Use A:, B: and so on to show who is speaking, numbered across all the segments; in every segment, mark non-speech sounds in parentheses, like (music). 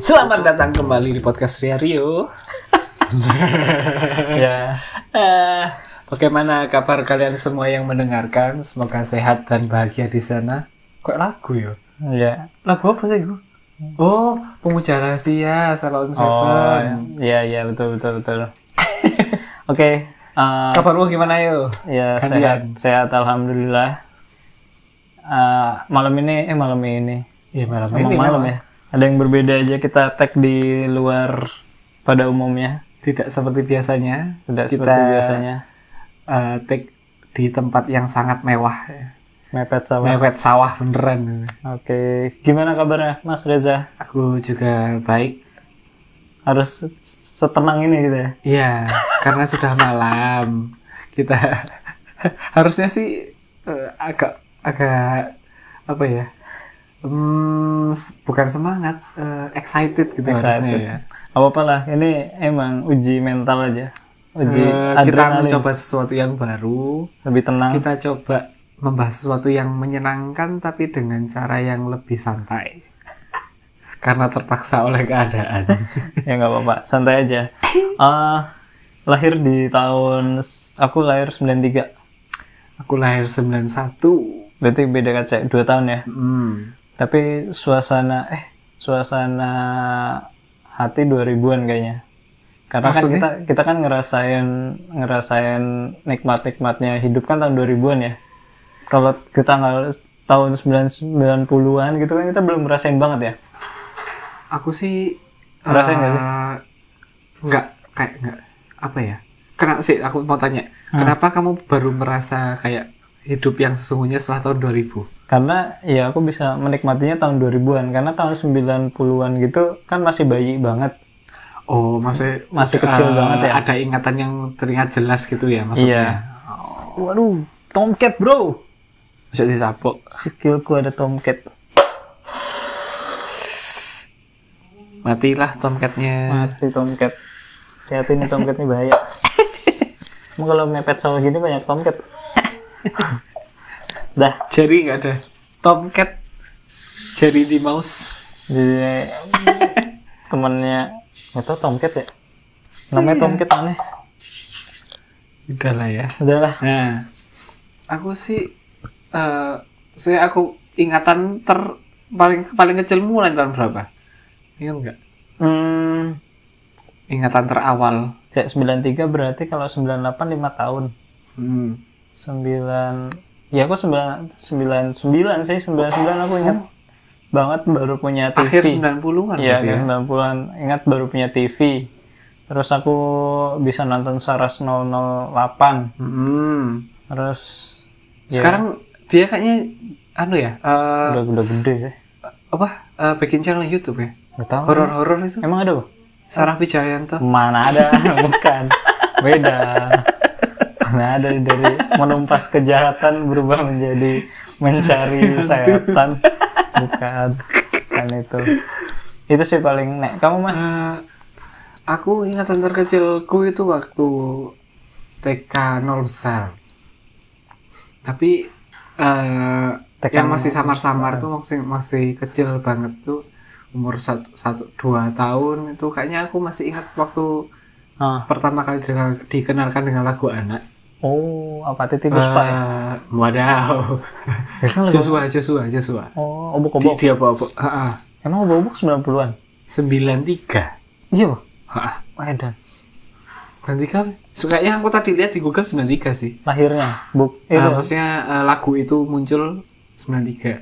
A: Selamat datang kembali di podcast Ria Rio. (laughs)
B: ya
A: Eh, bagaimana kabar kalian semua yang mendengarkan? Semoga sehat dan bahagia di sana. Kok lagu ya?
B: ya
A: Lagu apa sih gua? Oh, pemuja rahasia Salon Seven.
B: oh ya ya betul betul
A: (laughs)
B: betul oke eh,
A: Kabarmu gimana yo?
B: ya sehat
A: Gantian.
B: sehat alhamdulillah Eh, malam ini eh malam ini
A: Iya malam
B: Emang malam ya ada yang berbeda aja kita tag di luar pada umumnya
A: Tidak seperti biasanya.
B: tidak
A: Kita-
B: seperti biasanya
A: Eh, take di tempat yang sangat mewah. ya.
B: mepet sama oke
A: Mewet sawah beneran.
B: gimana kabarnya Mas Reza
A: Aku juga baik.
B: harus setenang ini gitu ya
A: Iya, karena sudah malam. Kita (laughs) harusnya sih eh, agak agak apa ya? Hmm, s- bukan semangat, eh, excited gitu harusnya ya.
B: apa apalah ini emang uji mental aja uji
A: Eh, kita
B: adrenalin Ah.
A: mencoba sesuatu yang baru.
B: lebih tenang
A: Kita coba membahas sesuatu yang menyenangkan tapi dengan cara yang lebih santai. (laughs) Karena terpaksa oleh keadaan.
B: ya nggak apa-apa santai aja Eh, lahir di tahun aku lahir 93
A: Aku lahir 91.
B: berarti beda kaca dua tahun ya
A: Hmm.
B: tapi suasana eh suasana hati 2000-an kayaknya karena kan
A: Maksudnya?
B: kita kita kan ngerasain ngerasain nikmat nikmatnya hidup kan tahun 2000-an ya kalau kita nggak tahun 90-an gitu kan kita belum ngerasain banget ya
A: aku sih
B: Ngerasain nggak sih?
A: eh, nggak kayak nggak apa ya kenapa sih aku mau tanya
B: Hmm.
A: kenapa kamu baru merasa kayak hidup yang sesungguhnya setelah tahun 2000
B: karena ya aku bisa menikmatinya tahun 2000-an karena tahun 90-an gitu kan masih bayi banget
A: oh maksudnya
B: Masih kecil
A: eh,
B: banget ya?
A: ada ingatan yang teringat jelas gitu ya maksudnya
B: Iya.
A: Oh.
B: waduh tomcat bro
A: bisa disabok
B: skillku ada tomcat
A: matilah tomcatnya
B: mati tomcat lihat ini tomcat ini bahaya emang kalau mepet sama gini banyak tomcat dah
A: jari nggak ada tomcat jari di mouse
B: jadi temennya nggak tau tomcat ya namanya tomcat aneh
A: udahlah ya
B: udahlah
A: Nah, aku sih, eh saya aku ingatan ter paling paling kecil mulai tahun berapa? Ingat nggak?
B: hmm
A: Ingatan terawal.
B: cek 93 berarti kalau 98 5 tahun
A: Hmm.
B: 9 ya aku 9 99 sih 99 aku ingat banget baru punya TV
A: Oh. Akhir 90-an
B: Iya,
A: gitu ya.
B: kan 90-an. Ingat baru punya TV. Terus aku bisa nonton Saras 008.
A: Hmm.
B: Terus ya,
A: Sekarang dia kayaknya anu ya, eh
B: udah udah gede sih.
A: apa? eh, bikin channel YouTube ya.
B: Gak tahu.
A: Horor-horor itu.
B: Emang ada, Bu?
A: Sarah Pijayanto.
B: Mana ada?
A: (laughs)
B: Bukan. Beda. Mana ada dari menumpas kejahatan berubah menjadi mencari setan. Bukan. Bukan itu. Itu sih paling nek. Kamu Mas?
A: Eh, aku ingatan terkecilku itu waktu TK nol besar. Tapi eh,
B: TK
A: yang masih samar-samar tuh masih masih kecil banget tuh umur satu, satu dua tahun itu kayaknya aku masih ingat waktu
B: Ah.
A: pertama kali dikenal- dikenalkan dengan lagu anak.
B: Oh, apa titi puspa ya?
A: Eh, Wadaw.
B: Kan lagu-
A: Joshua, Joshua, Joshua. Eh,
B: Oh,
A: Di,
B: obok-obok.
A: dia bawa Heeh.
B: Emang obok-obok 90-an?
A: 93.
B: Iya, Pak.
A: Heeh.
B: Edan.
A: 93. So, Kayaknya aku tadi lihat di Google 93 sih.
B: Lahirnya. Buk. Itu.
A: Eh, maksudnya eh, lagu itu muncul 93.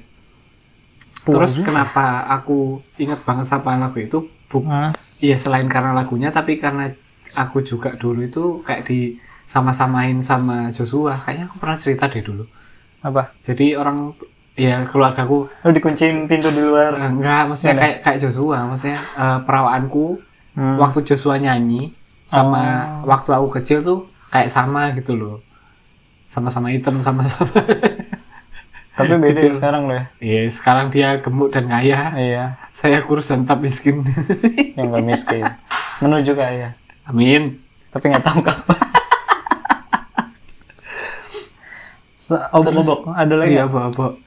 B: Wah,
A: Terus
B: iya.
A: kenapa aku ingat banget sapaan lagu itu? Bu-
B: Hah?
A: Iya selain karena lagunya, tapi karena aku juga dulu itu kayak di sama-samain sama Joshua. Kayaknya aku pernah cerita deh dulu.
B: apa?
A: Jadi orang ya keluargaku
B: Lu dikunciin pintu di
A: eh,
B: luar.
A: enggak maksudnya kayak kayak Joshua, maksudnya eh, perawaanku
B: Hmm.
A: waktu Joshua nyanyi sama waktu aku kecil tuh kayak sama gitu loh. Sama-sama hitam sama-sama. (laughs)
B: Tapi beda ya sekarang lo ya.
A: Iya, sekarang dia gemuk dan kaya.
B: Iya.
A: Saya kurus dan tetap miskin. (laughs)
B: Yang gak miskin. Menuju kaya.
A: Amin.
B: Tapi nggak tahu kapan. Obok,
A: Terus-
B: obok. Ada lagi.
A: Iya, bobo.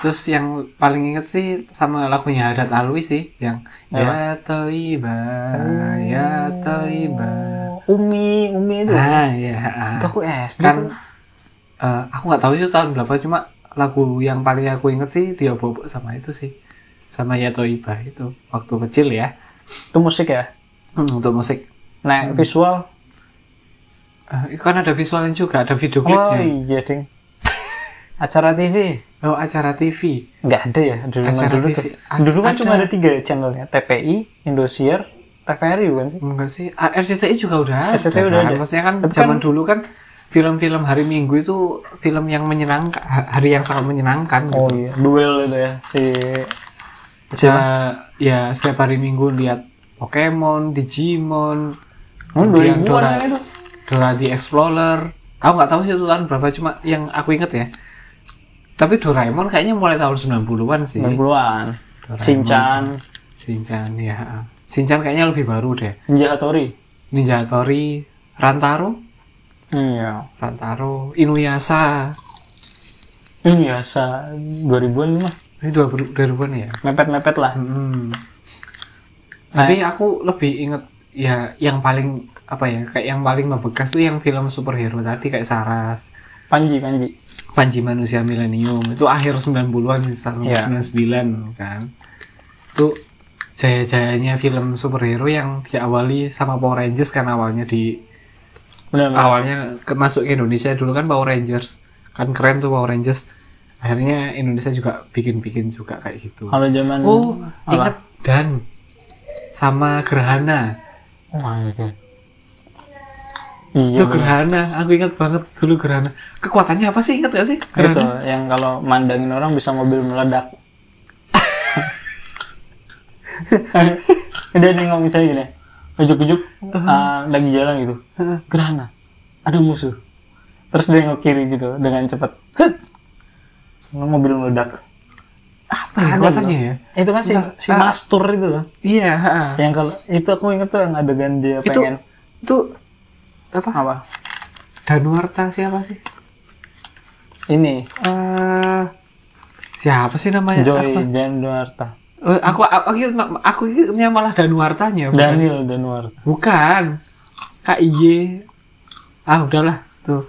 A: Terus yang paling inget sih sama lagunya Hadat Alwi sih yang Ya Toiba, Ya Toiba.
B: Oh, Umi, Umi itu.
A: Ah, iya. ah.
B: Itu aku SD
A: Kan
B: tuh.
A: eh, aku nggak tahu sih tahun berapa cuma lagu yang paling aku inget sih dia bobo sama itu sih. Sama Ya Toiba itu waktu kecil ya.
B: Itu musik ya.
A: Hmm, untuk musik.
B: Nah, visual.
A: Eh, itu kan ada visualnya juga, ada video
B: Oh
A: klipnya.
B: iya, ding. Acara TV.
A: Oh, acara TV.
B: Nggak ada ya dulu mah
A: Acara
B: dulu
A: TV.
B: tuh.
A: A-
B: Dulu kan cuma
A: ada.
B: ada tiga channelnya. TPI, Indosiar, TVRI bukan kan sih?
A: Enggak sih, Ah, A- RCTI juga udah ada.
B: RCTI udah
A: kan?
B: ada.
A: Maksudnya kan
B: Tapi
A: zaman
B: kan-
A: dulu kan film-film hari Minggu itu film yang menyenangkan, ha- hari yang sangat menyenangkan.
B: Oh
A: gitu.
B: iya, duel itu ya si
A: Ya, ya setiap hari Minggu lihat Pokemon, Digimon,
B: Oh,
A: kemudian
B: 2000-an
A: Dora,
B: ya itu.
A: Dora the Explorer. Aku nggak tahu sih itu tahun berapa, cuma yang aku inget ya. Tapi Doraemon kayaknya mulai tahun 90-an sih.
B: 90-an.
A: Doraemon.
B: Shinchan,
A: Shinchan ya. Shinchan kayaknya lebih baru deh.
B: Ninja Hattori.
A: Ninja Hattori, Rantaro,
B: Iya.
A: Rantaro, Inuyasha.
B: Ini biasa 2000-an mah
A: Ini dua puluh an ya.
B: mepet-mepet lah.
A: Hmm. Tapi aku lebih inget ya yang paling apa ya kayak yang paling membekas tuh yang film superhero tadi kayak Saras,
B: Panji, Panji.
A: Panji Manusia Milenium itu akhir 90-an tahun
B: Iya.
A: 99 kan. Itu jaya-jayanya film superhero yang diawali sama Power Rangers kan awalnya di
B: Benar.
A: awalnya ke, masuk ke Indonesia dulu kan Power Rangers kan keren tuh Power Rangers akhirnya Indonesia juga bikin-bikin juga kayak gitu
B: Kalau zaman
A: oh
B: apa?
A: ingat dan sama gerhana
B: Oh my god. Iya.
A: itu
B: bener.
A: gerhana aku ingat banget dulu gerhana kekuatannya apa sih ingat gak sih
B: Itu
A: gerhana
B: Gitu, yang kalau mandangin orang bisa mobil (laughs) meledak. Dia nih ngomong saya gini, ujuk-ujuk ah, lagi jalan gitu,
A: Heeh.
B: gerhana, ada musuh. Terus dia ngok kiri gitu dengan cepat, Hut! mobil meledak.
A: apa
B: Iya,
A: ya kekuatannya ya
B: Itu kan si, si
A: Ah.
B: mastur itu loh.
A: iya ha-ha.
B: Yang kalau itu aku inget tuh yang adegan dia
A: itu
B: pengen
A: itu apa
B: apa?
A: Danuarta siapa sih
B: Ini
A: eh siapa sih namanya
B: Joy
A: Aktor-
B: Danuarta.
A: Eh, aku aku aku ingatnya malah Danuartanya bukan-
B: Daniel Danuarta.
A: Bukan. KIY. Ah, udahlah. Tuh.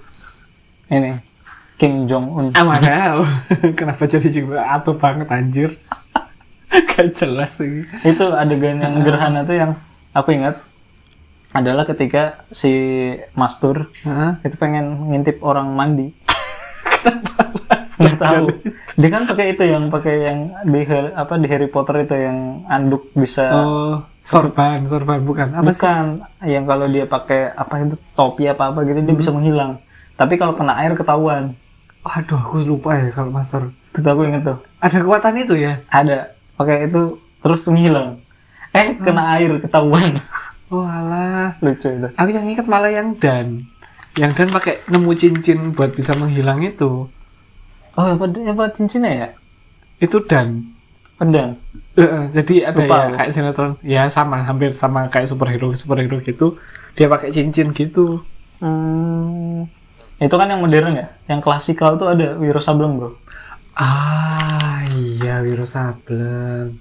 B: Ini Kim Jong Un.
A: Ah, mana? (laughs) Kenapa jadi juga atau banget anjir? (laughs) Gak jelas ini.
B: itu adegan yang gerhana tuh yang aku ingat adalah ketika si Mastur
A: Heeh.
B: itu pengen ngintip orang mandi nggak tahu dia kan pakai itu yang pakai yang di Har- apa di Harry Potter itu yang anduk bisa
A: Oh, sorban, sorban bukan. Apa sih?
B: bukan yang kalau dia pakai apa itu topi apa apa gitu dia bisa menghilang tapi kalau kena air ketahuan
A: Aduh, aku lupa ya kalau master.
B: itu aku inget tuh
A: Ada kekuatan itu ya?
B: ada pakai itu terus menghilang eh kena air ketahuan (laughs)
A: Walah.
B: lucu itu
A: Oh, Aku yang ingat malah yang Dan. Yang Dan pakai nemu cincin buat bisa menghilang itu.
B: oh apa apa cincinnya ya
A: Itu Dan.
B: pedang
A: Heeh, jadi ada
B: Lupa
A: ya
B: aku.
A: kayak sinetron ya sama hampir sama kayak superhero superhero gitu dia pakai cincin gitu
B: Hmm, itu kan yang modern ya, yang klasikal tuh ada Wiro Sableng bro.
A: ah iya Wiro Sableng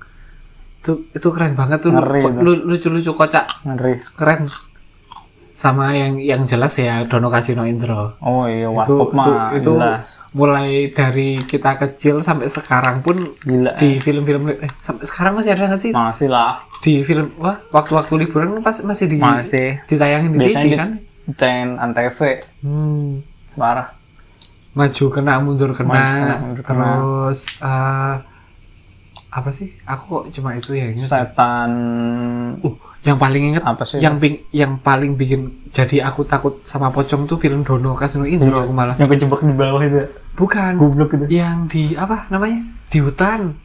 A: itu itu keren banget tuh
B: Ngeri itu.
A: lucu lucu kocak
B: Ngeri.
A: keren sama yang yang jelas ya Dono Kasino Indro
B: Oh iya,
A: itu
B: Wapop
A: itu,
B: mah
A: itu
B: jelas.
A: mulai dari kita kecil sampai sekarang pun
B: Gila.
A: di film-film eh sampai sekarang masih ada nggak sih
B: Masih lah.
A: di film wah waktu-waktu liburan kan pas masih di
B: Masih.
A: ditayangin di
B: Biasanya
A: TV
B: di-
A: kan
B: Ten antv
A: hmm.
B: parah.
A: maju kena mundur kena
B: Maju kena, mundur kena.
A: terus eh, apa sih aku kok cuma itu
B: Iya.
A: ya ingat
B: Setan
A: uh, yang paling inget
B: apa sih?
A: yang ping- yang paling bikin jadi aku takut sama pocong tuh film Dono Kasino Indro aku malah
B: yang kejebak di bawah itu, ya?
A: bukan
B: goblok itu.
A: yang di apa namanya di hutan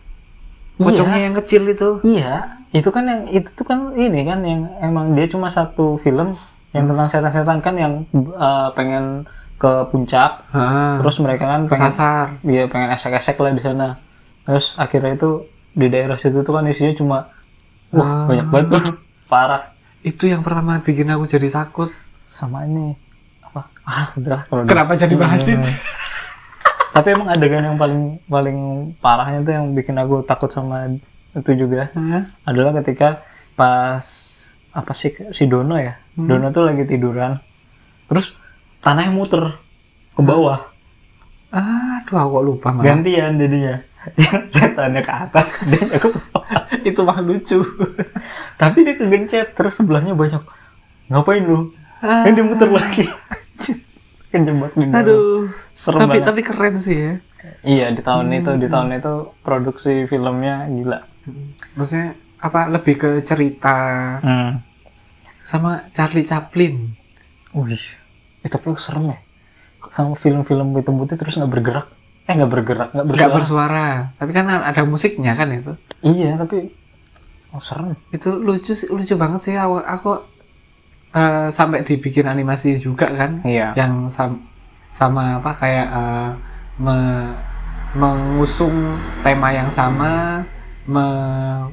A: pocongnya yang kecil itu
B: Iya, itu kan yang itu tuh kan ini kan yang emang dia cuma satu film yang tentang setan-setan kan yang eh, pengen ke puncak,
A: Heeh.
B: terus mereka kan pengen
A: kesasar
B: dia pengen esek-esek lah di sana terus akhirnya itu di daerah situ tuh kan isinya cuma
A: Ah.
B: wah banyak banget tuh. parah
A: itu yang pertama bikin aku jadi takut
B: sama ini apa ah udah kalau
A: kenapa jadi bahas itu
B: Tapi emang adegan yang paling paling parahnya tuh yang bikin aku takut sama itu juga
A: Hah?
B: adalah ketika pas apa sih si Dono ya? Dono tuh lagi tiduran. Terus tanahnya muter ke bawah.
A: Aduh, aku kok lupa malah.
B: Gantian jadinya. Yang setannya ke atas, dia ke bawah.
A: Itu mah lucu.
B: Tapi dia kegencet terus sebelahnya banyak. Ngapain lu? Ini dia muter lagi. (laughs) Kejebak di dalam.
A: Aduh.
B: Serem
A: tapi
B: banget.
A: tapi keren sih ya.
B: Iya di tahun itu di tahun itu produksi filmnya gila.
A: Maksudnya apa lebih ke cerita
B: Hmm.
A: sama Charlie Chaplin.
B: Wih, eh, tapi lu serem ya sama film-film hitam putih terus nggak bergerak. Eh nggak bergerak nggak
A: Gak
B: bergerak.
A: bersuara, tapi kan ada musiknya kan itu.
B: Iya tapi oh, serem.
A: Itu lucu sih, lucu banget sih. Aku, aku eh, sampai dibikin animasi juga kan,
B: Iya.
A: yang sam- sama apa kayak eh, me- mengusung tema yang sama, me-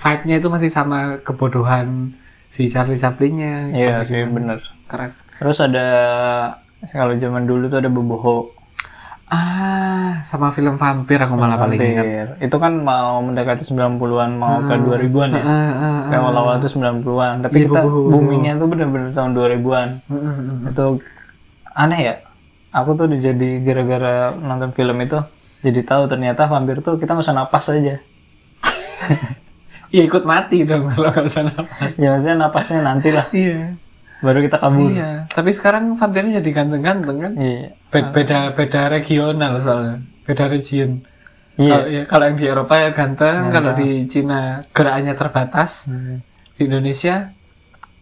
A: vibe-nya itu masih sama kebodohan si Charlie Chaplinnya. gitu.
B: Iya sih bener.
A: Keren.
B: Terus ada kalau zaman dulu tuh ada boboho.
A: Ah, sama film vampir aku malah paling ingat.
B: Hampir. Itu kan mau mendekati 90-an mau ke 2000-an ya.
A: Ah, ah, ah.
B: Yang awal-awal tuh 90-an, tapi
A: Iya,
B: kita
A: boboho.
B: boomingnya tuh bener-bener tahun 2000-an. Itu aneh ya. Aku tuh jadi gara-gara nonton film itu jadi tahu ternyata vampir tuh kita nggak usah napas aja.
A: Iya ikut mati dong kalau nggak usah napas.
B: Ya maksudnya napasnya nanti lah,
A: Iya.
B: baru kita kabur.
A: Iya, tapi sekarang vampirnya jadi ganteng-ganteng kan?
B: Iya.
A: Be- Beda beda regional soalnya, beda region.
B: Iya. Nah,
A: Kalau ya, kalau yang di Eropa ya ganteng, kalau di Cina gerakannya terbatas.
B: Hmm.
A: Di Indonesia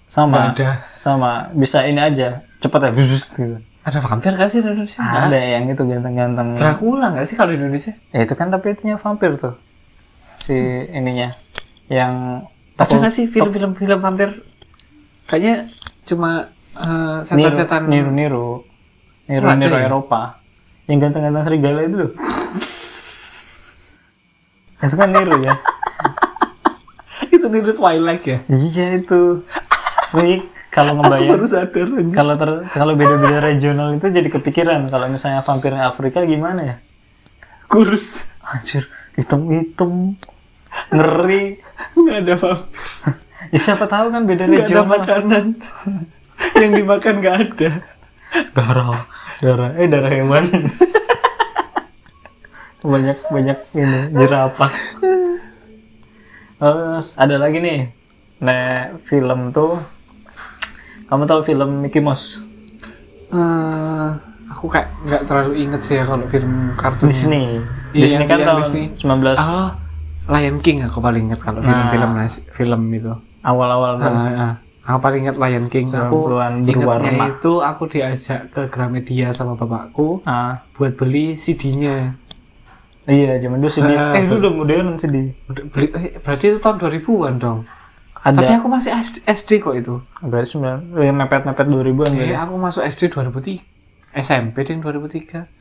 B: Sama,
A: ada
B: sama. Bisa ini aja, cepat ya. bzzz, gitu.
A: ada vampir nggak sih di Indonesia? Nggak
B: Ada yang itu ganteng-ganteng.
A: Dracula nggak sih kalau di Indonesia?
B: Ya itu kan tapi itunya vampir tuh. Si ininya. Yang
A: Ada nggak sih film-film film vampir? Kayaknya cuma eh, setan-setan
B: niru niru niru
A: Oh, ada
B: niru
A: ya?
B: Eropa yang ganteng-ganteng serigala itu loh itu kan niru ya
A: itu niru Twilight ya.
B: iya itu Wih, kalau ngebayang
A: Baru sadar aja.
B: kalau ter- kalau beda-beda regional itu jadi kepikiran kalau misalnya vampirnya Afrika gimana ya
A: Kurus
B: anjir hitam-hitam ngeri
A: nggak ada vampir.
B: ya, siapa tahu kan beda
A: Nggak ada
B: regional
A: makanan (laughs) yang dimakan nggak ada.
B: darah darah eh darah hewan banyak banyak ini jerapah terus ada lagi nih nah film tuh kamu tahu film Mickey Mouse
A: eh aku kayak nggak terlalu inget sih ya kalau film kartun
B: Disney
A: Iya,
B: Disney kan
A: iya,
B: tahun
A: Disney.
B: 19
A: Oh, Lion King aku paling inget kalau film-film nas- film itu.
B: awal-awal tuh.
A: Ah, ah. aku paling inget Lion King. Aku
B: 90-an berwarna.
A: ingetnya itu aku diajak ke Gramedia sama bapakku
B: ah
A: buat beli CD-nya.
B: iya zaman dulu sini
A: Ah,
B: eh itu udah modern sedih
A: Udah Beli, eh, berarti itu tahun 2000-an dong. Tapi
B: ada
A: aku masih SD, SD kok itu.
B: berarti sembilan eh, mepet-mepet gitu. 2000-an
A: Eh,
B: berarti.
A: aku masuk SD 2003. SMP deh 2003.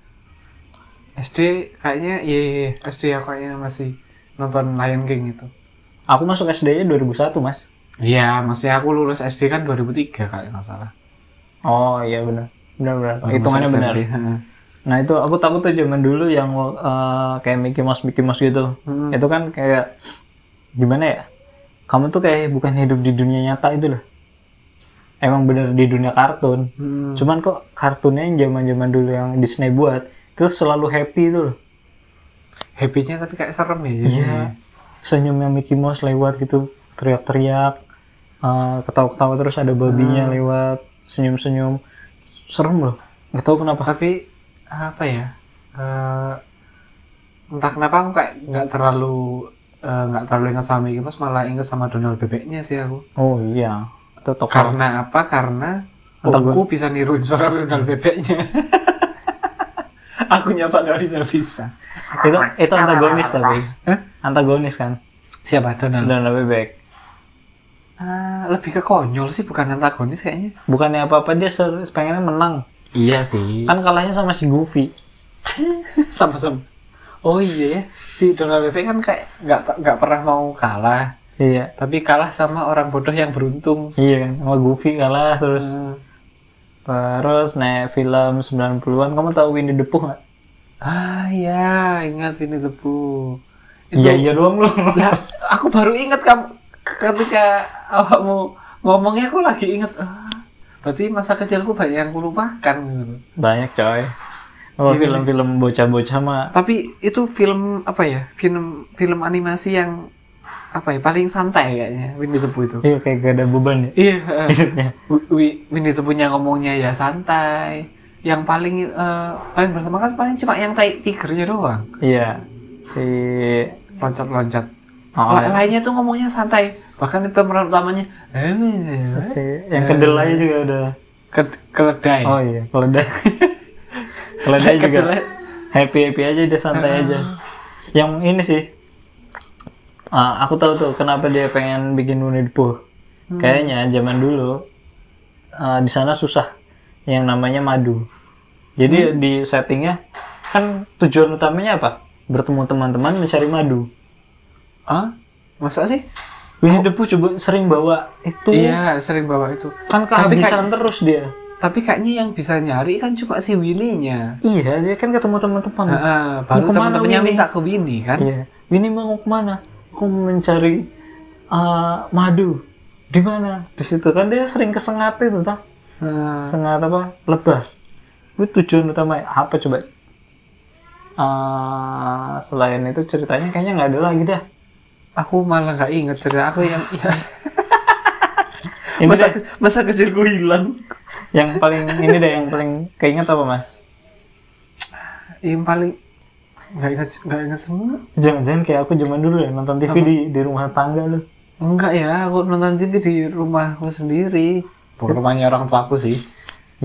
A: SD kayaknya iya, iya, iya. SD aku kayaknya masih nonton Lion King itu.
B: aku masuk SD-nya 2001 mas
A: Iya, maksudnya aku lulus SD kan 2003 kalau nggak salah.
B: oh iya benar benar benar
A: Baru
B: hitungannya
A: masuk
B: benar
A: SMP. Heeh.
B: Nah itu aku takut tuh zaman dulu yang eh, kayak Mickey Mouse Mickey Mouse gitu.
A: Hmm.
B: Itu kan kayak gimana ya? Kamu tuh kayak bukan hidup di dunia nyata itu loh. Emang bener di dunia kartun.
A: Hmm.
B: Cuman kok kartunnya yang zaman-zaman dulu yang Disney buat terus selalu happy itu loh.
A: Happy-nya tapi kayak serem
B: Iya.
A: ya. jadinya.
B: Senyumnya Mickey Mouse lewat gitu, teriak-teriak, eh, ketawa-ketawa terus ada
A: Hmm.
B: babinya lewat, senyum-senyum. Serem loh. Gak tau kenapa.
A: Tapi apa ya? eh, entah kenapa aku kayak nggak terlalu eh, nggak terlalu ingat sama Mickey Mouse, malah ingat sama Donald bebeknya sih aku.
B: Oh iya. Itu tokoh
A: Karena apa? Karena
B: Antagon-
A: aku bisa niruin suara Donald bebeknya. aku nyapa nggak bisa bisa.
B: itu itu antagonis tapi
A: Hah? Nah.
B: antagonis kan
A: Siapa Donald?
B: dan lebih baik
A: Ah, lebih ke konyol sih, bukan antagonis kayaknya.
B: bukannya apa apa dia ser- pengennya menang
A: Iya sih.
B: kan kalahnya sama si Goofy
A: sama-sama oh iya ya si Donald Levy kan kayak nggak nggak pernah mau kalah
B: iya
A: tapi kalah sama orang bodoh yang beruntung
B: iya kan sama Goofy kalah terus
A: Hmm.
B: terus nih film 90-an kamu tahu Winnie the Pooh nggak
A: Ah ya, ingat Winnie the Pooh. Itu-
B: Iya iya doang lu.
A: Lah, aku baru ingat kamu ketika awakmu ngomongnya aku lagi ingat. Ah, berarti masa kecilku banyak yang kulupakan gitu.
B: (laughs) Banyak coy. Oh,
A: Iya,
B: film-film bocah-bocah mah
A: Tapi itu film apa ya? Film film animasi yang apa ya? Paling santai kayaknya Winnie the Pooh itu.
B: iya kayak gak ada beban ya. (laughs)
A: Iya. (laughs)
B: Hidupnya.
A: Wi- Wi- Winnie the Pooh-nya ngomongnya ya santai. Yang paling eh, paling bersemangat paling cuma yang tai tigernya doang.
B: Iya. Si
A: Loncat-loncat.
B: oh,
A: La- Lainnya tuh ngomongnya santai. Bahkan pemeran utamanya eh,
B: si yang kedelai juga udah.
A: ke- keledai.
B: Oh iya, keledai. (laughs) keledai Ah. juga.
A: Kedelai.
B: Happy-happy aja dia santai aja. Yang ini sih ah, aku tahu tuh kenapa dia pengen bikin Winnie the Pooh. Hmm. Kayaknya zaman dulu ah, di sana susah yang namanya madu. Jadi di settingnya kan tujuan utamanya apa? Bertemu teman-teman mencari madu.
A: Hah? Masa sih?
B: Winnie the Pooh coba sering bawa itu
A: Iya, sering bawa itu.
B: kan
A: Tapi
B: kehabisan terus dia.
A: Tapi kayaknya yang bisa nyari kan cuma si Winnie-nya.
B: Iya, dia kan ketemu teman-teman.
A: Heeh, baru
B: Mau kemana
A: teman-temannya
B: Winnie?
A: minta ke Winnie kan?
B: Iya. Winnie mau kemana? Aku mencari eh, madu. Di mana? Di situ kan dia sering kesengat itu tah.
A: Heeh.
B: Sengat apa? Lebah. Itu tujuan utama apa coba? Eh, selain itu ceritanya kayaknya nggak ada lagi dah.
A: aku malah nggak inget cerita aku yang ya, (laughs)
B: Ini
A: masa
B: deh,
A: masa kecil gue hilang.
B: yang paling ini deh yang paling keinget apa mas?
A: Yang paling nggak inget nggak inget semua.
B: Jangan-jangan kayak aku zaman dulu ya nonton TV di di rumah tangga lu.
A: Enggak ya, aku nonton TV di rumahku sendiri. Rumahnya orang tua aku sih.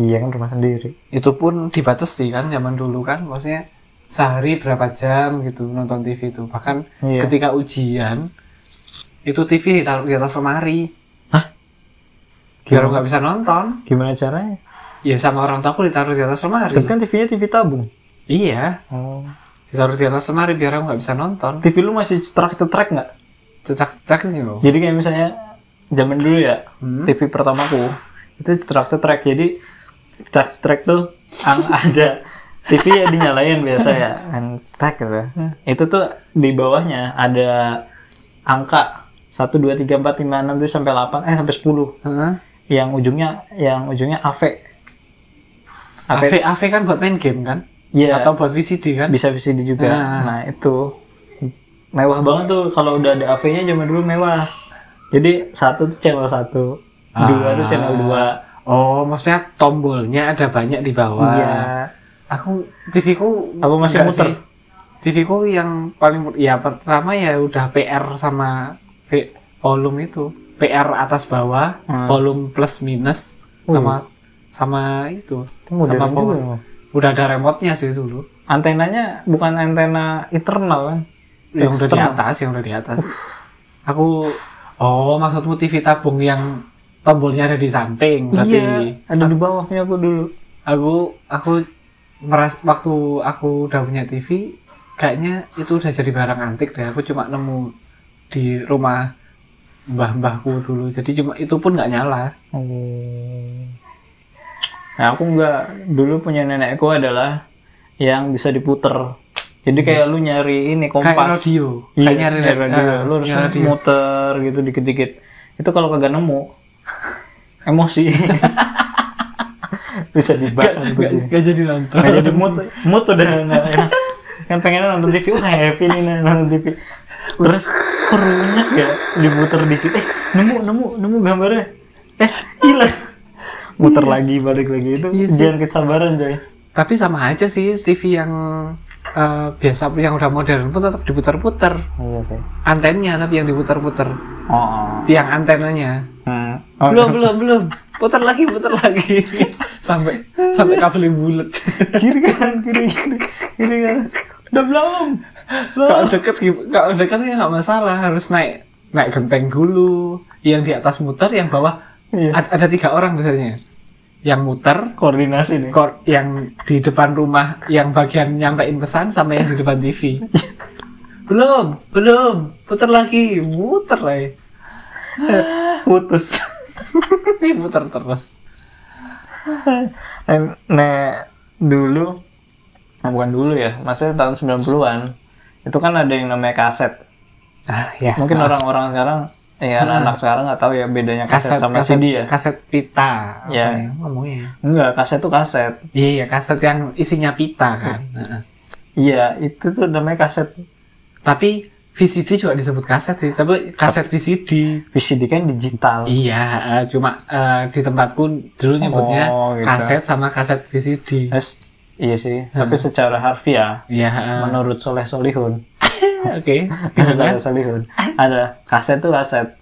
B: Iya kan rumah sendiri.
A: Itu pun dibatasi kan zaman dulu kan, maksudnya sehari berapa jam gitu nonton TV itu. Bahkan
B: Iya.
A: ketika ujian itu TV ditaruh di atas lemari.
B: Hah?
A: Biar aku nggak bisa nonton.
B: Gimana caranya?
A: Ya sama orang tua aku ditaruh di atas lemari.
B: Tapi kan TV-nya TV tabung.
A: Iya,
B: Oh.
A: ditaruh di atas lemari biar aku nggak bisa nonton.
B: TV lu masih cetrek-cetrek nggak?
A: Cetak-cetak nih loh.
B: Jadi kayak misalnya zaman dulu ya,
A: Hmm.
B: TV pertamaku itu cetrek-cetrek. Jadi cetrek-cetrek tuh ang- (laughs) ada TV ya dinyalain biasa ya, kan cetrek gitu.
A: Hmm.
B: Itu tuh di bawahnya ada angka 1 2 3 4 5 6 7 sampai 8 eh sampai 10
A: Heeh.
B: yang ujungnya yang ujungnya AV.
A: AV, AV kan buat main game kan?
B: Iya.
A: Atau buat VCD kan?
B: bisa VCD juga.
A: Nah.
B: Nah, itu mewah banget tuh kalau udah ada AV-nya zaman dulu mewah. Jadi satu tuh channel satu, dua
A: Ah.
B: tuh channel dua.
A: Oh, maksudnya tombolnya ada banyak di bawah.
B: Iya.
A: Aku TV ku
B: Apa masih
A: enggak
B: muter?
A: sih. TV ku yang paling ya pertama ya udah PR sama V, volume itu. PR atas bawah,
B: Hmm. Uh.
A: volume plus minus
B: Wih.
A: sama sama itu.
B: Itu modern
A: sama power.
B: juga.
A: Udah ada remote-nya sih dulu.
B: Antenanya bukan antena internal kan?
A: Yang udah di
B: External.
A: atas, yang udah di atas.
B: Uh.
A: Aku oh, maksudmu TV tabung yang tombolnya ada di samping berarti.
B: Iya, ada di bawahnya aku dulu.
A: aku aku meras waktu aku udah punya TV kayaknya itu udah jadi barang antik deh aku cuma nemu di rumah mbah-mbahku dulu jadi cuma itu pun nggak nyala
B: Oh. Nah, aku nggak dulu punya nenekku adalah yang bisa diputer. Jadi kayak lu nyari ini
A: Hmm.
B: kompas.
A: kayak radio
B: Iya,
A: kayak nyari
B: nyari radio.
A: eh,
B: lu harus
A: nyari radio.
B: muter gitu dikit-dikit. Itu kalau
A: (laughs)
B: kagak nemu emosi. Bisa dibakar
A: nggak
B: gitu.
A: nggak jadi nonton
B: Nah, jadi mood mood udah nggak enak. Kan pengennya nonton TV, wah happy nih nah, nonton TV. Terus perutnya ya diputer dikit. Eh, nemu nemu nemu gambarnya. Eh, hilang. Muter lagi balik lagi itu.
A: Iya sih.
B: Jangan kesabaran, coy.
A: tapi sama aja sih TV yang eh, biasa yang udah modern pun tetap diputar-putar
B: Iya sih.
A: antennya tapi yang diputar-putar
B: Oh.
A: tiang antenanya
B: Hmm. Oh,
A: belum belum belum putar lagi putar lagi sampai (laughs) sampai kabelnya bulat
B: kiri kanan kiri kiri kiri kanan udah belum
A: kalau deket gi- kalau deket sih nggak masalah harus naik naik genteng dulu yang di atas muter yang bawah
B: Iya.
A: Ad- ada tiga orang biasanya yang muter
B: koordinasi nih
A: kor- yang di depan rumah yang bagian nyampein pesan sama yang di depan (laughs) TV belum belum putar lagi muter eh. lagi
B: putus
A: puter terus
B: nah dulu Nah, bukan dulu ya, maksudnya tahun 90-an. Itu kan ada yang namanya kaset.
A: Ah, ya.
B: Mungkin
A: Ah,
B: orang-orang sekarang, ya anak-anak sekarang nggak tahu ya bedanya kaset,
A: kaset
B: sama
A: kaset,
B: CD ya.
A: kaset pita. apa
B: Ya.
A: ya ngomongnya.
B: Enggak, kaset tuh kaset.
A: Iya, iya, kaset yang isinya pita kan. (laughs) Heeh.
B: Iya, itu tuh namanya kaset.
A: Tapi VCD juga disebut kaset sih, tapi kaset VCD.
B: VCD kan digital.
A: Iya, eh, cuma eh, di tempatku dulu nyebutnya
B: Oh, gitu.
A: kaset sama kaset VCD.
B: Terus, iya sih,
A: Ah.
B: tapi secara harfiah,
A: Iya, eh,
B: menurut Soleh
A: (laughs)
B: Solihun,
A: oke. gitu kan. (laughs)
B: Soleh Solihun, ada kaset tuh kaset,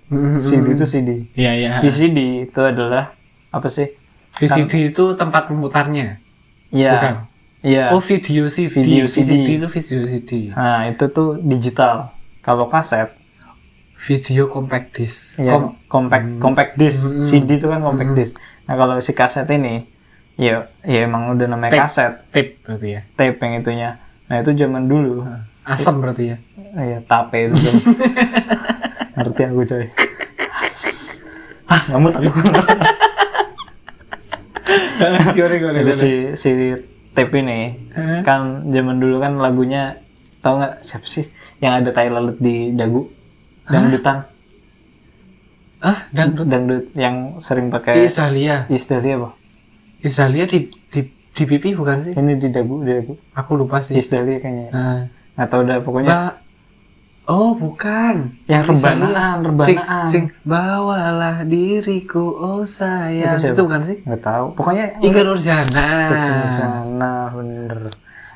B: CD itu CD.
A: Iya, iya.
B: VCD itu adalah, apa sih?
A: VCD itu tempat pemutarnya, bukan?
B: Iya, iya.
A: Oh, Ya, video CD.
B: Video CD.
A: VCD itu video CD.
B: Nah, itu tuh digital. Kalau kaset,
A: Video compact disc.
B: ya
A: Kom-
B: compact compact
A: Iya.
B: disc.
A: Hmm.
B: CD itu kan compact disc. Nah, kalau si kaset ini ya ya emang udah namanya
A: Tape.
B: kaset,
A: tape berarti ya.
B: tape yang itunya. Nah, itu zaman dulu.
A: Hmm. Asem berarti (laughs) ya.
B: Iya, tape itu.
A: (laughs)
B: zaman. Ngerti aku, coy. ah, ngamut aku.
A: gimana, gimana,
B: Jadi
A: gimana?
B: si si tape ini
A: Hah?
B: kan zaman dulu kan lagunya tau nggak siapa sih yang ada tai lalat di dagu dangdutan
A: Ah, dangdut.
B: dangdut yang sering pakai
A: Isalia.
B: Isdalia apa?
A: Isalia di, di, di pipi bukan sih?
B: Ini di dagu, di dagu.
A: Aku lupa sih.
B: Isdalia kayaknya.
A: Nah,
B: Nggak tahu dah pokoknya.
A: Mbak. Oh, bukan.
B: Yang
A: Isalia.
B: rebanaan,
A: Sing,
B: rebanaan.
A: sing, bawalah diriku, oh sayang.
B: Itu siapa?
A: Itu bukan sih?
B: Nggak tahu. Pokoknya
A: Inga Nurjana.
B: di sana bener.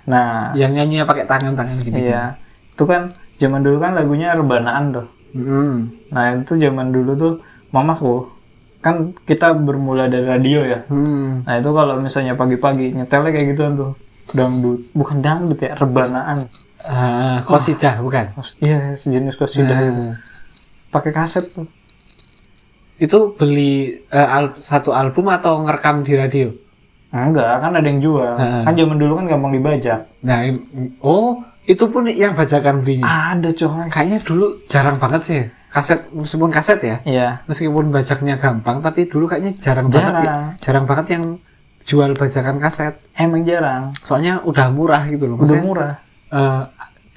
B: Nah,
A: Yang nyanyinya pakai tangan-tangan gini.
B: iya. Itu kan zaman dulu kan lagunya rebanaan tuh.
A: Mm.
B: Nah, itu zaman dulu tuh mamaku kan kita bermula dari radio ya.
A: Hmm.
B: Nah, itu kalau misalnya pagi-pagi nyetelnya kayak gitu tuh. Dangdut, bukan dangdut ya, rebanaan.
A: Ah, kosidah bukan?
B: Iya, sejenis kosidah
A: Ah.
B: itu. Pakai kaset tuh.
A: Itu beli eh, al- satu album atau ngerekam di radio?
B: Enggak, kan ada yang jual.
A: Heeh.
B: Kan zaman dulu kan gampang dibajak.
A: Nah, im- oh, itu pun yang bajakan belinya.
B: Ada coy.
A: Kayaknya dulu jarang banget sih kaset, meskipun kaset ya.
B: Iya.
A: Meskipun bajaknya gampang, tapi dulu kayaknya jarang, banget ya.
B: Jarang.
A: Jarang banget yang jual bajakan kaset.
B: Emang jarang.
A: Soalnya udah murah gitu loh.
B: Udah
A: Maksudnya,
B: murah.
A: eh,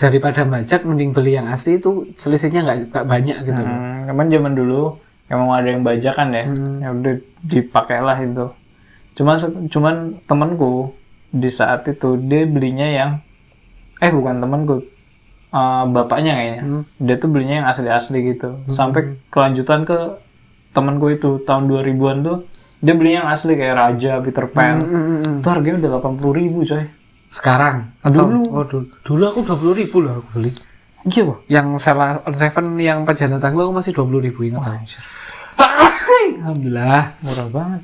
A: daripada bajak, mending beli yang asli itu selisihnya nggak nggak banyak gitu loh.
B: Hmm, cuman zaman dulu emang ada yang bajakan ya.
A: Hmm.
B: Ya udah dipakailah itu. Cuman cuman temanku di saat itu dia belinya yang eh bukan temanku. eh, bapaknya kayaknya.
A: Hmm.
B: Dia tuh belinya yang asli-asli gitu. Sampai kelanjutan ke temanku itu tahun 2000-an tuh dia belinya yang asli kayak Raja, Peter Pan.
A: Hmm, hmm, hmm.
B: Itu harganya udah 80 ribu coy.
A: Sekarang atau
B: Dulu.
A: oh, dulu. dulu aku dua puluh ribu loh aku beli.
B: Iya, Bang.
A: Yang salah on seven yang pejana tangguh aku masih dua puluh ribu ingat aku. Alhamdulillah.
B: murah banget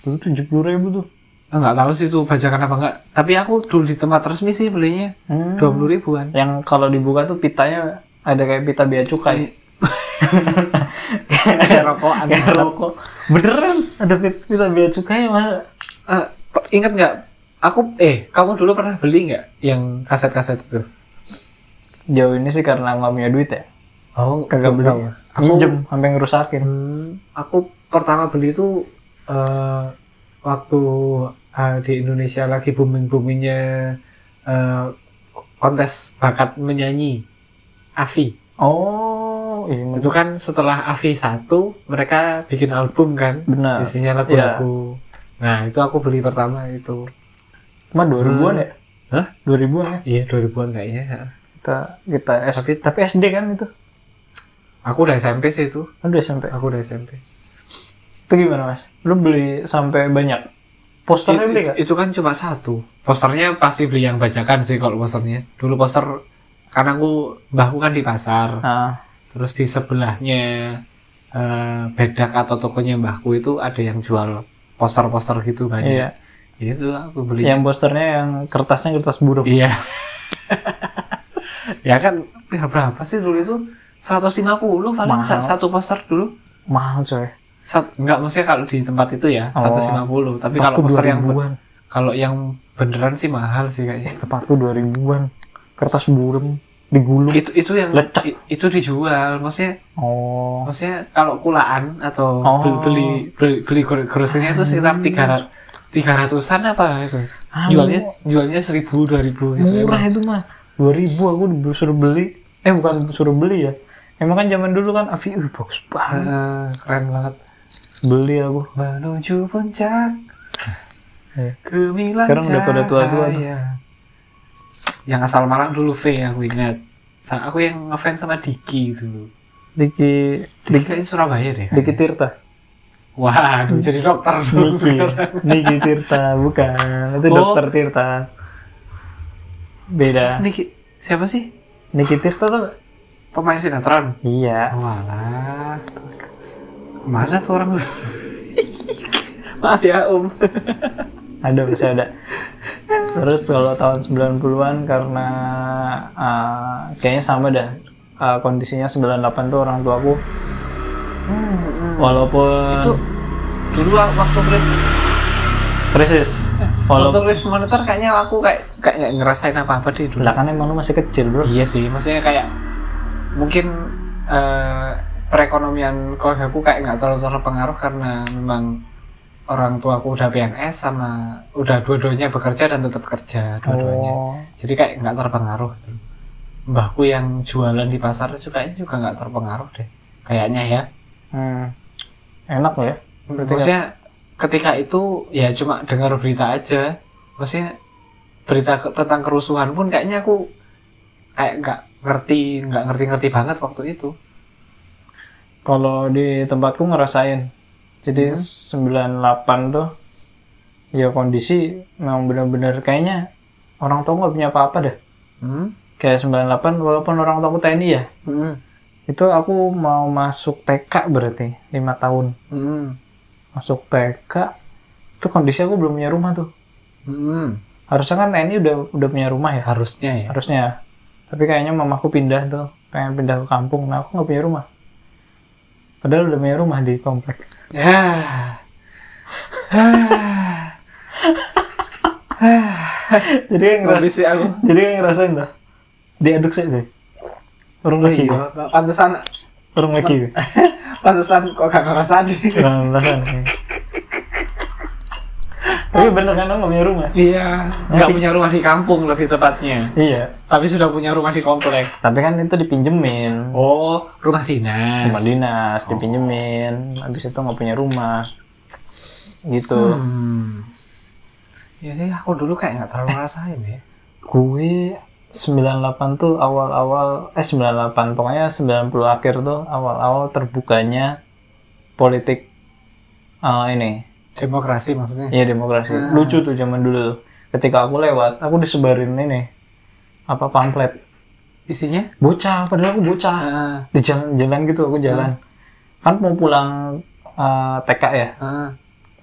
B: dulu tujuh puluh ribu tuh
A: Ah, Nggak tahu sih itu bajakan apa enggak. Tapi aku dulu di tempat resmi sih belinya
B: Hmm.
A: dua puluh ribuan. (laughs)
B: yang kalau dibuka tuh pitanya ada kayak pita bea cukai
A: Kayak rokokan.
B: kayak rokok beneran ada pit- pita bea cukai mah
A: Eh, per- ingat nggak? Aku eh kamu dulu pernah beli nggak yang kaset-kaset itu?
B: sejauh ini sih karena nggak punya duit ya
A: Oh,
B: kagak beli
A: Aku,
B: minjem sampai ngerusakin
A: Hmm, aku pertama beli itu eh, waktu eh, di Indonesia lagi booming boomingnya kontes bakat menyanyi Avi.
B: oh iya men-
A: Itu kan setelah Avi satu mereka bikin album kan,
B: benar
A: isinya lagu-lagu. Nah itu aku beli pertama itu.
B: cuma dua ribuan ya
A: Hah?
B: dua ribuan ya
A: Iya 2000-an kayaknya.
B: kita kita S- tapi tapi SD kan itu
A: Aku udah SMP sih itu.
B: udah sampai
A: Aku udah SMP.
B: itu gimana mas lu beli sampai banyak posternya beli
A: Itu,
B: nggak
A: itu kan cuma satu. Posternya pasti beli yang bajakan sih kalau posternya. Dulu poster karena aku mbahku kan di pasar.
B: ah
A: Terus di sebelahnya eh, bedak atau tokonya mbahku itu ada yang jual poster-poster gitu banyak.
B: iya
A: Itu aku beli.
B: yang posternya yang kertasnya kertas buruk
A: Iya. (laughs) ya kan ya berapa sih dulu itu? 150 paling
B: Mahal.
A: satu poster dulu.
B: mahal coy
A: Sat, enggak maksudnya kalau di tempat itu ya
B: Oh.
A: 150, tapi kalau
B: Tempatku
A: poster yang
B: 2000-an.
A: kalau yang beneran sih mahal sih kayaknya.
B: tempatku dua ribuan kertas burem digulung
A: itu itu yang
B: Lecek.
A: i- itu dijual maksudnya
B: oh
A: maksudnya kalau kulaan atau
B: Oh. Hmm.
A: beli beli beli, beli gro- grocernya itu sekitar tiga tiga ratusan apa itu?
B: Ah,
A: jualnya jualnya seribu dua ribu gitu.
B: murah itu mah dua ribu aku disuruh beli eh bukan suruh beli ya emang kan zaman dulu kan Avi uh, bagus banget
A: Eh, keren banget.
B: beli aku
A: Menuju puncak
B: Iya.
A: gemilang
B: Sekarang udah pada tua-tua tuh.
A: cahaya. Yang asal Malang dulu V aku ingat. Sa- Aku yang ngefans sama Diki dulu.
B: Diki
A: Diki kayaknya Surabaya deh.
B: Diki
A: (laughs)
B: Tirta
A: Waduh, jadi dokter dulu
B: Diki
A: sekarang.
B: Diki Tirta bukan itu
A: Oh.
B: dokter Tirta beda
A: Niki, siapa sih?
B: Niki Tirta tuh
A: Pemain sinetron.
B: iya
A: Walah. Mana tuh (laughs) orang? Maaf ya, Om.
B: ada bisa ada terus kalau tahun 90-an karena ah, kayaknya sama dah Ah, kondisinya 98 tuh orang tuaku
A: Hmm,
B: walaupun
A: Itu dulu waktu Chris
B: krisis
A: waktu
B: walaupun
A: Chris monitor kayaknya aku kayak kayak nggak ngerasain apa-apa deh dulu.
B: lah kan emang lu masih kecil bro
A: Iya sih, maksudnya kayak mungkin eh, perekonomian keluarga aku kayak nggak terlalu terpengaruh karena memang orang tua aku udah PNS sama udah dua-duanya bekerja dan tetap kerja dua-duanya.
B: oh
A: Jadi kayak nggak terpengaruh. Gitu. Mbahku yang jualan di pasar itu kayaknya juga nggak terpengaruh deh. Kayaknya ya.
B: hmm. enak loh ya Berarti
A: Maksudnya ketika itu ya cuma dengar berita aja. Maksudnya berita ke- tentang kerusuhan pun kayaknya aku kayak nggak ngerti nggak ngerti-ngerti banget waktu itu.
B: kalau di tempatku ngerasain jadi
A: Hmm.
B: 98 tuh ya kondisi memang bener-bener kayaknya orang tua nggak punya apa-apa dah
A: Hmm?
B: kayak 98 walaupun orang tua aku TNI ya
A: Hmm.
B: itu aku mau masuk TK berarti lima tahun
A: Hmm.
B: masuk TK itu kondisi aku belum punya rumah tuh
A: Hmm.
B: harusnya kan TNI udah udah punya rumah ya
A: Harusnya ya.
B: harusnya tapi kayaknya mamaku pindah tuh pengen pindah ke kampung nah aku nggak punya rumah padahal udah punya rumah di komplek (laughs)
A: Ya.
B: jadi kayak ngerasain
A: Habis sih aku.
B: jadi kayak ngerasain tuh diaduk sih deh urung
A: Oh
B: lagi
A: iya, pantesan
B: urung lagi
A: pantesan kok gak ngerasain.
B: urung ngerasain tapi bener kan aku nggak punya rumah
A: (laughs) Iya, nggak punya rumah di kampung lebih tepatnya.
B: iya
A: Tapi sudah punya rumah di komplek.
B: tapi kan itu dipinjemin
A: Oh, rumah dinas.
B: rumah dinas
A: Oh.
B: dipinjemin habis itu nggak punya rumah gitu
A: Hmm. Ya sih, aku dulu kayak nggak terlalu ngerasain ya.
B: gue 98 tuh awal-awal eh 98 pokoknya 90 akhir tuh awal-awal terbukanya politik eh, ini
A: Demokrasi maksudnya.
B: Iya demokrasi.
A: Hmm.
B: Lucu tuh zaman dulu tuh. Ketika aku lewat, aku disebarin ini apa pamflet.
A: Isinya?
B: Bocah, padahal aku bocah.
A: Ah,
B: Di jalan-jalan gitu aku
A: Hmm.
B: jalan. Kan mau pulang eh, TK ya.
A: ah,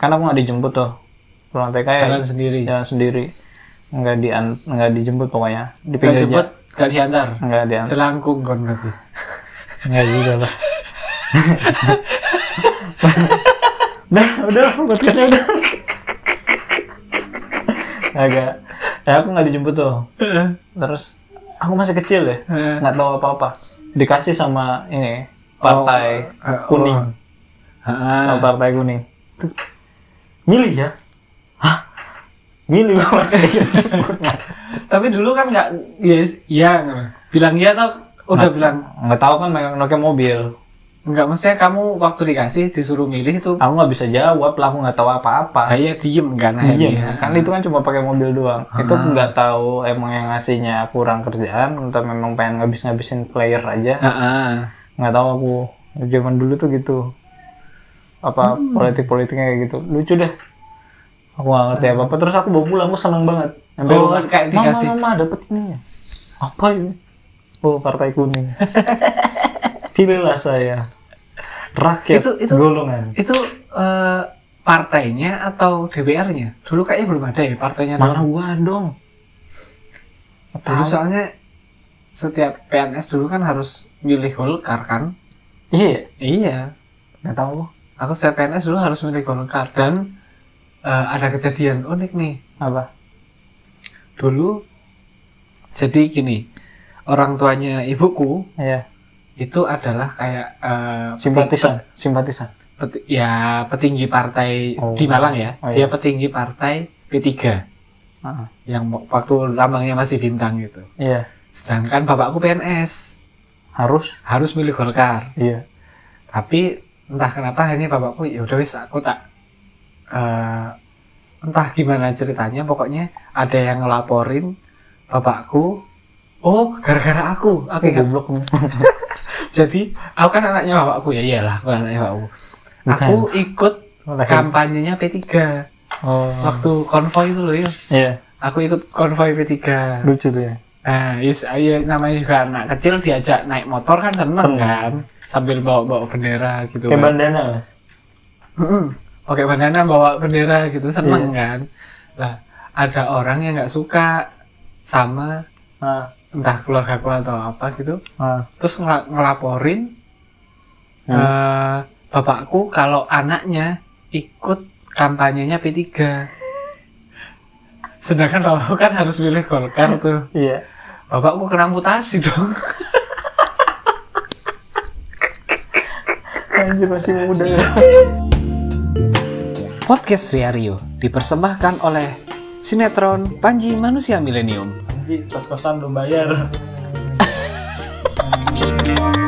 B: Kan aku nggak dijemput tuh. Pulang TK ya.
A: Eh, jalan sendiri.
B: Jalan sendiri. Nggak di nggak dijemput pokoknya. Di
A: Gak
B: pinggir
A: jemput,
B: jalan.
A: gak diantar.
B: Nggak di
A: (laughs) Selangkung kon berarti.
B: Nggak juga lah. (laughs) udah, udah, lah, podcastnya udah. Agak. Ya aku nggak dijemput tuh. Terus aku masih kecil ya,
A: Eh,
B: nggak tahu apa-apa. Dikasih sama ini partai
A: oh, eh,
B: kuning,
A: oh. Ah,
B: sama partai kuning. Tuh. Milih ya? Hah? Milih gue masih kecil.
A: Tapi dulu kan nggak, yes, ya, bilang iya tau, udah bilang
B: nggak tahu kan mereka pakai mobil.
A: nggak maksudnya kamu waktu dikasih disuruh milih itu
B: Aku nggak bisa jawab lah, aku nggak tahu apa-apa.
A: kayak diem kan
B: Iya,
A: akhirnya.
B: kan itu kan cuma pakai mobil doang. Itu
A: Ah.
B: nggak tahu emang yang ngasihnya kurang kerjaan atau memang pengen ngabis-ngabisin player aja.
A: Heeh.
B: Nggak tahu aku. Zaman dulu tuh gitu. Apa
A: Hmm.
B: politik-politiknya kayak gitu. Lucu deh. Aku nggak ngerti apa-apa. Terus aku bawa pulang, aku seneng banget. Sampai
A: Ah. Oh,
B: rumah,
A: kayak dikasih."
B: Mama, mama, dapet ini ya. Apa ini? Oh, partai kuning.
A: (laughs)
B: Pilihlah saya. Rakyat
A: Itu- itu-
B: golongan.
A: Itu eh, partainya atau DPR-nya? Dulu kayaknya belum ada ya partainya.
B: Mana gua dong?
A: Dulu soalnya setiap PNS dulu kan harus milih Golkar kan?
B: Iya,
A: Iya.
B: nggak tahu.
A: Aku setiap PNS dulu harus milih Golkar dan eh, ada kejadian unik nih.
B: apa
A: Dulu jadi gini, orang tuanya ibuku
B: ya
A: itu adalah kayak eh,
B: simpatisan simpatisan
A: peti- ya petinggi partai
B: Oh.
A: di Malang ya.
B: Oh,
A: Dia
B: iya.
A: petinggi partai P3
B: Ah,
A: yang mo- waktu lambangnya masih bintang gitu.
B: iya
A: Sedangkan bapakku PNS,
B: harus
A: harus milih Golkar.
B: iya
A: Tapi entah kenapa akhirnya bapakku ya udah wis aku tak eh, entah gimana ceritanya pokoknya ada yang ngelaporin bapakku Oh, gara-gara aku. Oke,
B: aku goblok
A: jadi aku kan anaknya bapakku ya iyalah aku anaknya bapakku aku ikut
B: Lahir.
A: kampanyenya P3
B: oh
A: waktu konvoy itu loh ya
B: iya
A: aku ikut konvoy P3
B: lucu tuh ya
A: nah yes, ayo, namanya juga anak kecil diajak naik motor kan seneng,
B: Seneng.
A: kan sambil bawa-bawa bendera gitu
B: kayak
A: kan
B: bandana mas
A: Mm-mm. pakai bandana bawa bendera gitu seneng
B: Iya.
A: kan lah ada orang yang nggak suka sama
B: ah
A: entah keluargaku atau apa gitu
B: ah
A: terus ngela- ngelaporin
B: Hmm.
A: eh, bapakku kalau anaknya ikut kampanyenya P3 sedangkan bapakku kan harus milih Golkar tuh
B: iya
A: bapakku kena mutasi dong
B: anjir masih (laughs) muda
A: Podcast Riario dipersembahkan oleh Sinetron Panji Manusia Milenium
B: anjir kos kosan belum bayar